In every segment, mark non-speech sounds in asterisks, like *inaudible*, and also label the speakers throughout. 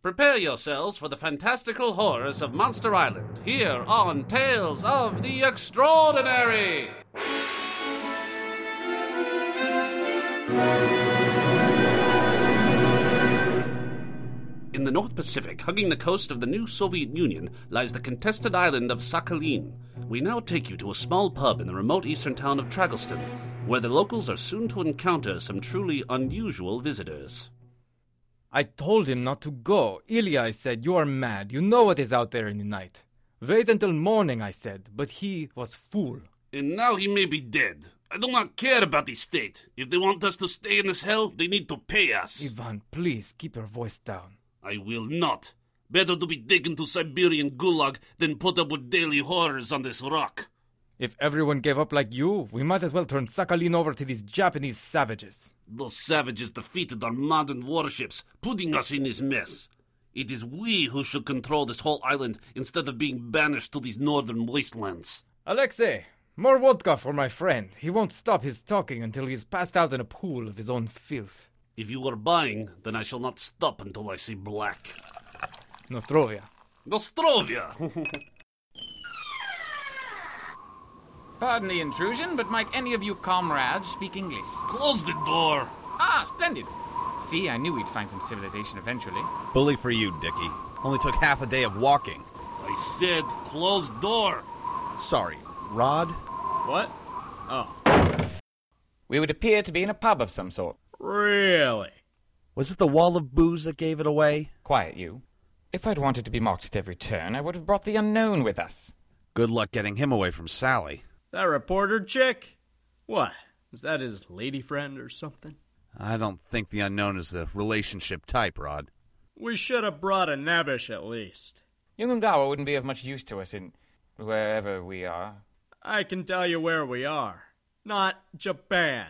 Speaker 1: Prepare yourselves for the fantastical horrors of Monster Island here on Tales of the Extraordinary. In the North Pacific, hugging the coast of the new Soviet Union, lies the contested island of Sakhalin. We now take you to a small pub in the remote eastern town of Traggleston, where the locals are soon to encounter some truly unusual visitors.
Speaker 2: I told him not to go. Ilya, I said, you are mad. You know what is out there in the night. Wait until morning, I said, but he was fool.
Speaker 1: And now he may be dead. I do not care about the state. If they want us to stay in this hell, they need to pay us.
Speaker 2: Ivan, please keep your voice down.
Speaker 1: I will not. Better to be taken to Siberian gulag than put up with daily horrors on this rock.
Speaker 2: If everyone gave up like you, we might as well turn Sakhalin over to these Japanese savages.
Speaker 1: Those savages defeated our modern warships, putting us in this mess. It is we who should control this whole island instead of being banished to these northern wastelands.
Speaker 2: Alexei, more vodka for my friend. He won't stop his talking until he's passed out in a pool of his own filth.
Speaker 1: If you are buying, then I shall not stop until I see black.
Speaker 2: Nostrovia.
Speaker 1: Nostrovia!
Speaker 3: Pardon the intrusion, but might any of you comrades speak English?
Speaker 1: Close the door!
Speaker 3: Ah, splendid. See, I knew we'd find some civilization eventually.
Speaker 4: Bully for you, Dickie. Only took half a day of walking.
Speaker 1: I said close door!
Speaker 4: Sorry, Rod?
Speaker 5: What? Oh.
Speaker 6: We would appear to be in a pub of some sort.
Speaker 5: Really?
Speaker 4: Was it the wall of booze that gave it away?
Speaker 6: Quiet you. If I'd wanted to be mocked at every turn, I would have brought the unknown with us.
Speaker 4: Good luck getting him away from Sally.
Speaker 5: That reporter chick? What? Is that his lady friend or something?
Speaker 4: I don't think the unknown is the relationship type, Rod.
Speaker 5: We should have brought a Nabish at least.
Speaker 6: Yungundawa wouldn't be of much use to us in wherever we are.
Speaker 5: I can tell you where we are. Not Japan.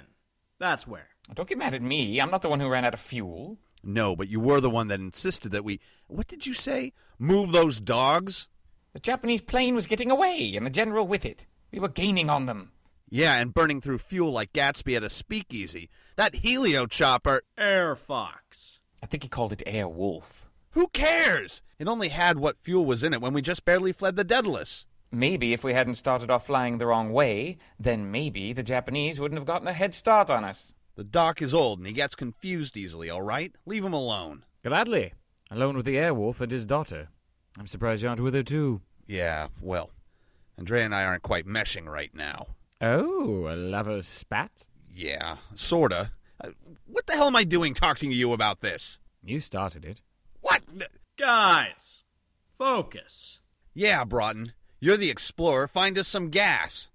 Speaker 5: That's where.
Speaker 6: Don't get mad at me. I'm not the one who ran out of fuel.
Speaker 4: No, but you were the one that insisted that we. What did you say? Move those dogs?
Speaker 6: The Japanese plane was getting away, and the general with it. We were gaining on them.
Speaker 4: Yeah, and burning through fuel like Gatsby at a speakeasy. That helio chopper.
Speaker 5: Air Fox.
Speaker 6: I think he called it Air Wolf.
Speaker 4: Who cares? It only had what fuel was in it when we just barely fled the Daedalus.
Speaker 6: Maybe if we hadn't started off flying the wrong way, then maybe the Japanese wouldn't have gotten a head start on us.
Speaker 4: The doc is old and he gets confused easily, all right? Leave him alone.
Speaker 7: Gladly. Alone with the airwolf and his daughter. I'm surprised you aren't with her too.
Speaker 4: Yeah, well, Andrea and I aren't quite meshing right now.
Speaker 7: Oh, a lover's spat?
Speaker 4: Yeah, sorta. Uh, What the hell am I doing talking to you about this?
Speaker 7: You started it.
Speaker 4: What?
Speaker 5: Guys, focus.
Speaker 4: Yeah, Broughton. You're the explorer. Find us some gas.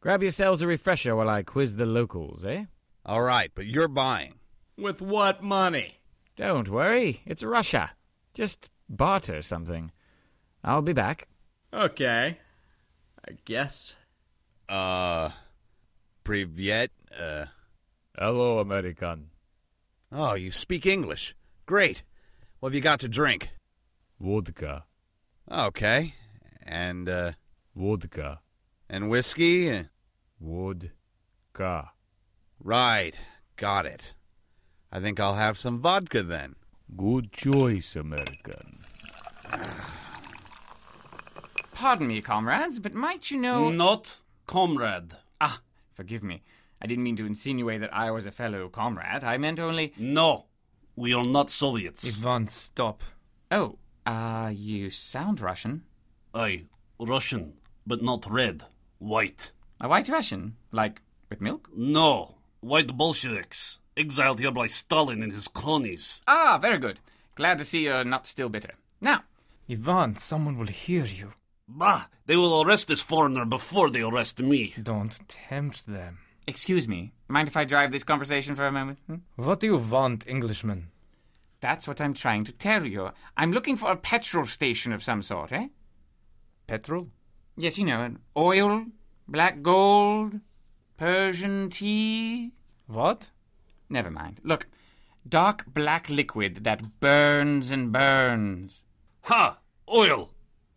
Speaker 7: Grab yourselves a refresher while I quiz the locals, eh?
Speaker 4: All right, but you're buying.
Speaker 5: With what money?
Speaker 7: Don't worry, it's Russia. Just barter something. I'll be back.
Speaker 5: Okay. I guess.
Speaker 4: Uh, Privyet? Uh,
Speaker 7: Hello, American.
Speaker 4: oh, you speak English. Great. What have you got to drink?
Speaker 7: Vodka.
Speaker 4: Okay. And, uh,
Speaker 7: Vodka.
Speaker 4: and whiskey?
Speaker 7: Vodka.
Speaker 4: Right. Got it. I think I'll have some vodka then.
Speaker 7: Good choice, American.
Speaker 3: Pardon me, comrades, but might you know.
Speaker 1: Not comrade.
Speaker 3: Ah, forgive me. I didn't mean to insinuate that I was a fellow comrade. I meant only.
Speaker 1: No, we are not Soviets.
Speaker 2: Ivan, stop.
Speaker 3: Oh, ah, you sound Russian.
Speaker 1: I, Russian, but not red, white.
Speaker 3: A white Russian? Like, with milk?
Speaker 1: No, white Bolsheviks, exiled here by Stalin and his cronies.
Speaker 3: Ah, very good. Glad to see you're not still bitter. Now,
Speaker 2: Ivan, someone will hear you.
Speaker 1: Bah, they will arrest this foreigner before they arrest me.
Speaker 2: Don't tempt them.
Speaker 3: excuse me. Mind if I drive this conversation for a moment? Hmm?
Speaker 2: What do you want, Englishman?
Speaker 3: That's what I'm trying to tell you. I'm looking for a petrol station of some sort, eh?
Speaker 2: Petrol?
Speaker 3: Yes, you know, an oil, black gold, Persian tea.
Speaker 2: What?
Speaker 3: Never mind. Look, dark black liquid that burns and burns.
Speaker 1: Ha! Oil!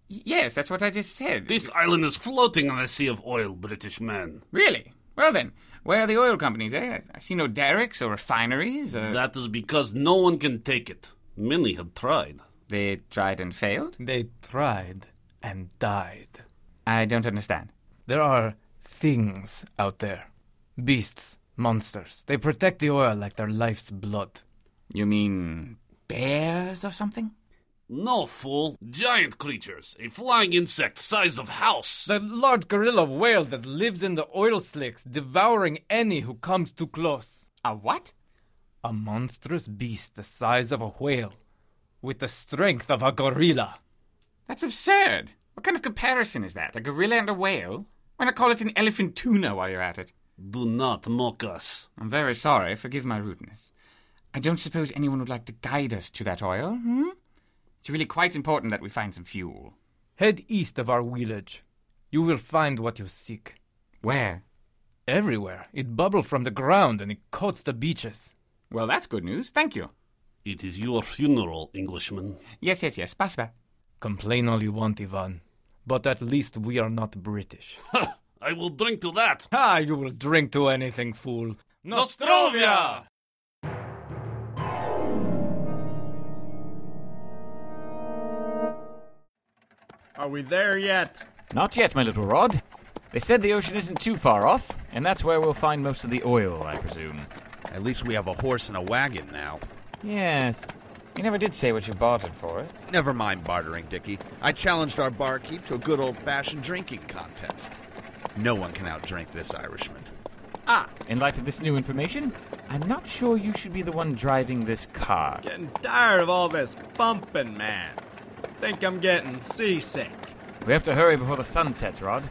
Speaker 3: Y- Yes, that's what I just said.
Speaker 1: This island is floating on a sea of oil, British man.
Speaker 3: Really? Well then, where are the oil companies, eh? I- I see no
Speaker 5: Uh.
Speaker 3: derricks or refineries. Or...
Speaker 1: That is because no one can take it. Many have tried.
Speaker 3: They tried and failed?
Speaker 2: They tried and died.
Speaker 3: I don't understand.
Speaker 2: There are things out there beasts, monsters. They protect the oil like their life's blood.
Speaker 3: You mean bears or something?
Speaker 1: No, fool. Giant creatures. A flying insect size of house.
Speaker 2: The large gorilla whale that lives in the oil slicks, devouring any who comes too close.
Speaker 3: A what?
Speaker 2: A monstrous beast the size of a whale, with the strength of a gorilla.
Speaker 3: That's absurd. What kind of comparison is that? A gorilla and a whale? Why not call it an elephant tuna while you're at it?
Speaker 1: Do not mock us.
Speaker 3: I'm very sorry. Forgive my rudeness. I don't suppose anyone would like to guide us to that oil, hmm? It's really quite important that we find some fuel.
Speaker 2: Head east of our village. You will find what you seek.
Speaker 3: Where?
Speaker 2: Everywhere. It bubbles from the ground and it coats the beaches.
Speaker 3: Well, that's good news. Thank you.
Speaker 1: It is your funeral, Englishman. *laughs*
Speaker 3: Yes, yes, yes. Spasiba.
Speaker 2: Complain all you want, Ivan. But at least we are not British.
Speaker 1: I will drink to that.
Speaker 2: ah, you will drink to anything, fool.
Speaker 1: Nostrovia!
Speaker 5: Are we there yet?
Speaker 7: Not yet, my little rod. They said the ocean isn't too far off, and that's where we'll find most of the oil, I presume.
Speaker 4: At least we have a horse and a wagon now.
Speaker 7: Yes.
Speaker 6: You never did say what you bartered for it.
Speaker 4: Never mind bartering, Dickie. I challenged our barkeep to a good old fashioned drinking contest. No one can outdrink this Irishman.
Speaker 7: Ah, in light of this new information, I'm not sure you should be the one driving this car.
Speaker 5: Getting tired of all this bumping, man. Think I'm getting seasick.
Speaker 7: We have to hurry before the sun sets, Rod.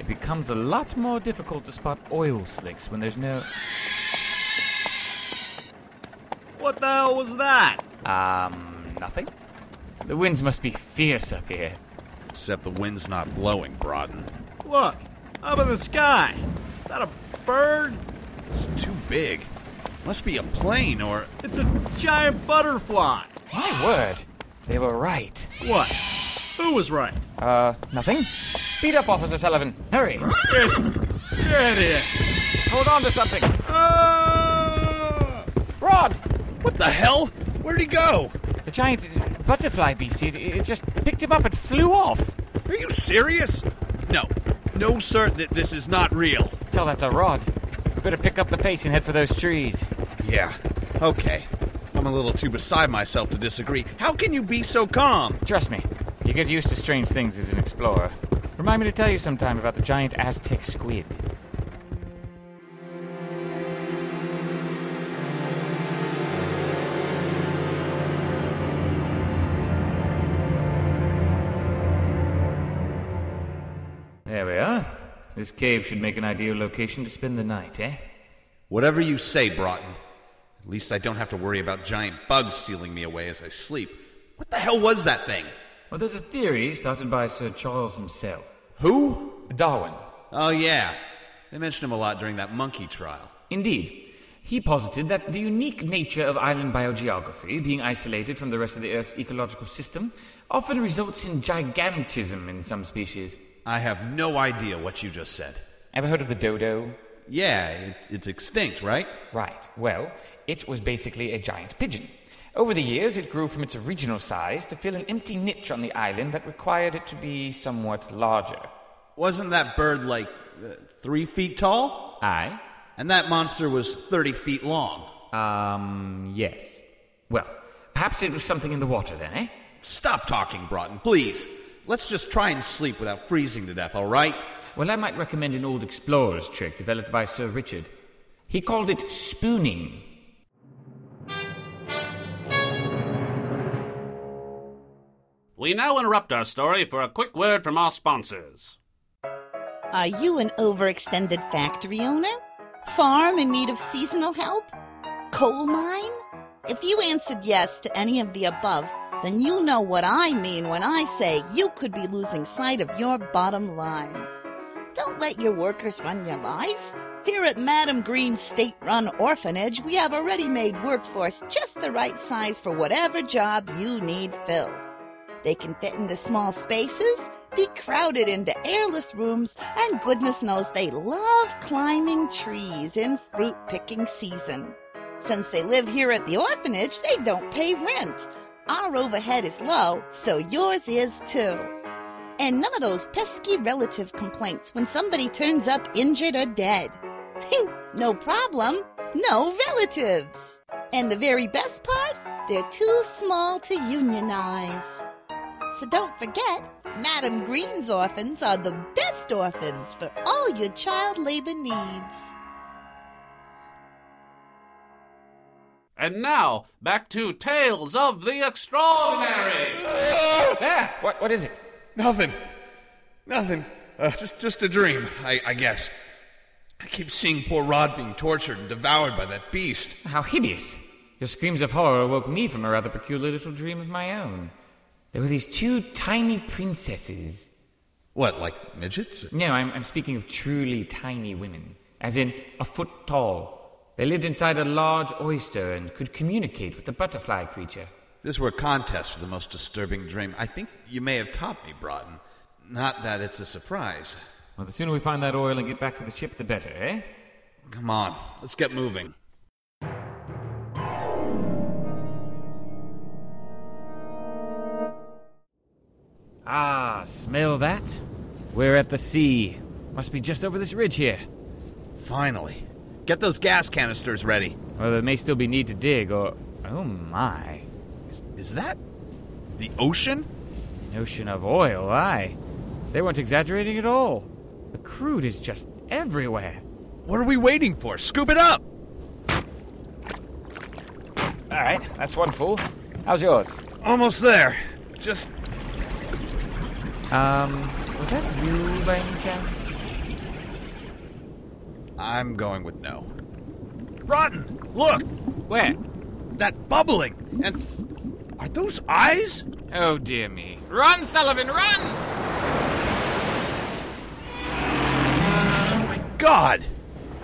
Speaker 7: It becomes a lot more difficult to spot oil slicks when there's no.
Speaker 5: What the hell was that?
Speaker 7: Um, nothing? The winds must be fierce up here.
Speaker 4: Except the wind's not blowing, Brodden.
Speaker 5: Look, up in the sky. Is that a bird?
Speaker 4: It's too big. Must be a plane or.
Speaker 5: It's a giant butterfly.
Speaker 6: My word. They were right.
Speaker 5: What? Who was right?
Speaker 6: Uh, nothing? Speed up, Officer Sullivan.
Speaker 7: Hurry!
Speaker 5: It's. There it is.
Speaker 6: Hold on to something.
Speaker 5: Ah!
Speaker 6: Rod!
Speaker 4: What the hell? Where'd he go?
Speaker 6: The giant butterfly beast, it, it just picked him up and flew off.
Speaker 4: Are you serious? No. No, sir, th- this is not real.
Speaker 6: Tell that to Rod. We better pick up the pace and head for those trees.
Speaker 4: Yeah. Okay. I'm a little too beside myself to disagree. How can you be so calm?
Speaker 6: Trust me, you get used to strange things as an explorer. Remind me to tell you sometime about the giant Aztec squid.
Speaker 7: There we are. This cave should make an ideal location to spend the night, eh?
Speaker 4: Whatever you say, Broughton. At least I don't have to worry about giant bugs stealing me away as I sleep. What the hell was that thing?
Speaker 7: Well, there's a theory started by Sir Charles himself.
Speaker 4: Who?
Speaker 7: Darwin.
Speaker 4: Oh, yeah. They mentioned him a lot during that monkey trial.
Speaker 7: Indeed. He posited that the unique nature of island biogeography, being isolated from the rest of the Earth's ecological system, often results in gigantism in some species.
Speaker 4: I have no idea what you just said.
Speaker 6: Ever heard of the dodo?
Speaker 4: Yeah, it, it's extinct, right?
Speaker 6: Right. Well, it was basically a giant pigeon. Over the years, it grew from its original size to fill an empty niche on the island that required it to be somewhat larger.
Speaker 4: Wasn't that bird like uh, three feet tall?
Speaker 7: Aye?
Speaker 4: And that monster was 30 feet long.
Speaker 7: Um, yes. Well, perhaps it was something in the water then, eh?
Speaker 4: Stop talking, Broughton, please. Let's just try and sleep without freezing to death, all right?
Speaker 7: Well, I might recommend an old explorer's trick developed by Sir Richard. He called it *laughs* spooning.
Speaker 1: We now interrupt our story for a quick word from our sponsors.
Speaker 8: Are you an overextended factory owner? Farm in need of seasonal help? Coal mine? If you answered yes to any of the above, then you know what I mean when I say you could be losing sight of your bottom line. Don't let your workers run your life. Here at Madam Green's state run orphanage, we have a ready made workforce just the right size for whatever job you need filled. They can fit into small spaces, be crowded into airless rooms, and goodness knows they love climbing trees in fruit picking season. Since they live here at the orphanage, they don't pay rent. Our overhead is low, so yours is too. And none of those pesky relative complaints when somebody turns up injured or dead. *laughs* no problem, no relatives. And the very best part, they're too small to unionize. So don't forget, Madam Green's orphans are the best orphans for all your child labor needs.
Speaker 1: And now, back to Tales of the Extraordinary!
Speaker 7: Eh,
Speaker 6: Ah, what, what is it?
Speaker 4: Nothing. Nothing. Uh, just, just a dream, I, I guess. I keep seeing poor Rod being tortured and devoured by that beast.
Speaker 7: How hideous! Your screams of horror awoke me from a rather peculiar little dream of my own. There were these two tiny princesses.
Speaker 4: What, like midgets?
Speaker 7: No, I'm, I'm speaking of truly tiny women, as in a foot tall. They lived inside a large oyster and could communicate with the butterfly creature.
Speaker 4: This were a contest for the most disturbing dream. I think you may have topped me, Broughton. Not that it's a surprise.
Speaker 7: Well, the sooner we find that oil and get back to the ship, the better, eh?
Speaker 4: Come on, let's get moving.
Speaker 7: Ah, smell that? We're at the sea. Must be just over this ridge here.
Speaker 4: Finally. Get those gas canisters ready.
Speaker 7: Well, there may still be need to dig, or. Oh my.
Speaker 4: Is, is that the ocean?
Speaker 7: Notion of oil, aye. They weren't exaggerating at all. The crude is just everywhere.
Speaker 4: What are we waiting for? Scoop it up!
Speaker 6: All right, that's one fool. How's yours?
Speaker 4: Almost there. Just
Speaker 7: Um, was that you by any chance?
Speaker 4: I'm going with no. Rotten! Look!
Speaker 7: Where?
Speaker 4: That bubbling! And. Are those eyes?
Speaker 7: Oh dear me. Run, Sullivan, run!
Speaker 4: Oh my god!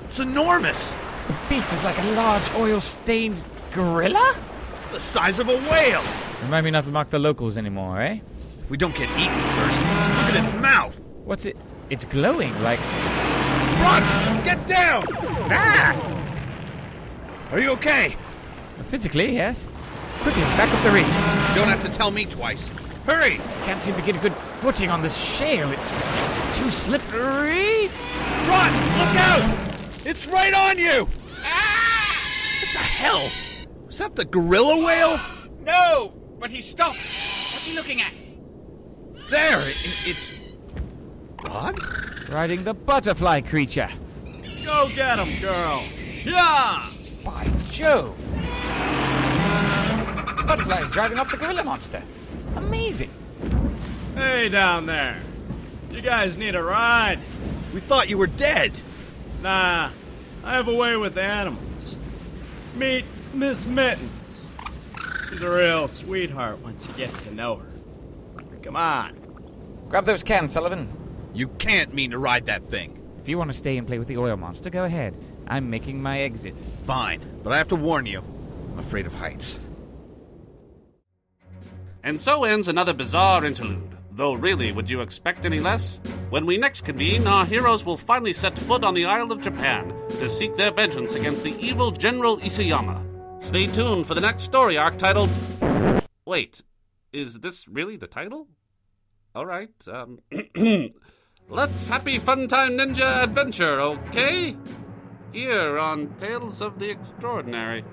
Speaker 4: It's enormous!
Speaker 7: The beast is like a large oil stained gorilla?
Speaker 4: It's the size of a whale!
Speaker 7: Remind me not to mock the locals anymore, eh?
Speaker 4: If we don't get eaten first, look at its mouth!
Speaker 7: What's it? It's glowing like.
Speaker 4: Rotten! Get down!
Speaker 7: Ah!
Speaker 4: Are you okay?
Speaker 7: Physically, yes. Quickly, back up the reach.
Speaker 4: Don't have to tell me twice. Hurry!
Speaker 7: Can't seem to get a good footing on this shale. It's, it's too slippery.
Speaker 4: Run! Look out! It's right on you! What the hell? Was that the gorilla whale?
Speaker 6: No, but he stopped. What's he looking at?
Speaker 4: There, it, it- it's. Rod?
Speaker 7: Riding the butterfly creature.
Speaker 5: Go get 'em, girl. Yeah!
Speaker 6: By Jove! The butterfly is driving off the gorilla monster. Amazing.
Speaker 5: Hey down there. You guys need a ride.
Speaker 4: We thought you were dead.
Speaker 5: Nah, I have a way with animals. Meet Miss Mittens. She's a real sweetheart once you get to know her. Come on.
Speaker 6: Grab those cans, Sullivan.
Speaker 4: You can't mean to ride that thing.
Speaker 7: If you want to stay and play with the oil monster, go ahead. I'm making my exit.
Speaker 4: Fine, but I have to warn you. I'm afraid of heights.
Speaker 1: And so ends another bizarre interlude. Though, really, would you expect any less? When we next convene, our heroes will finally set foot on the Isle of Japan to seek their vengeance against the evil General Isayama. Stay tuned for the next story arc titled. Wait, is this really the title? Alright, um. *clears throat* Let's Happy Fun Time Ninja Adventure, okay? Here on Tales of the Extraordinary.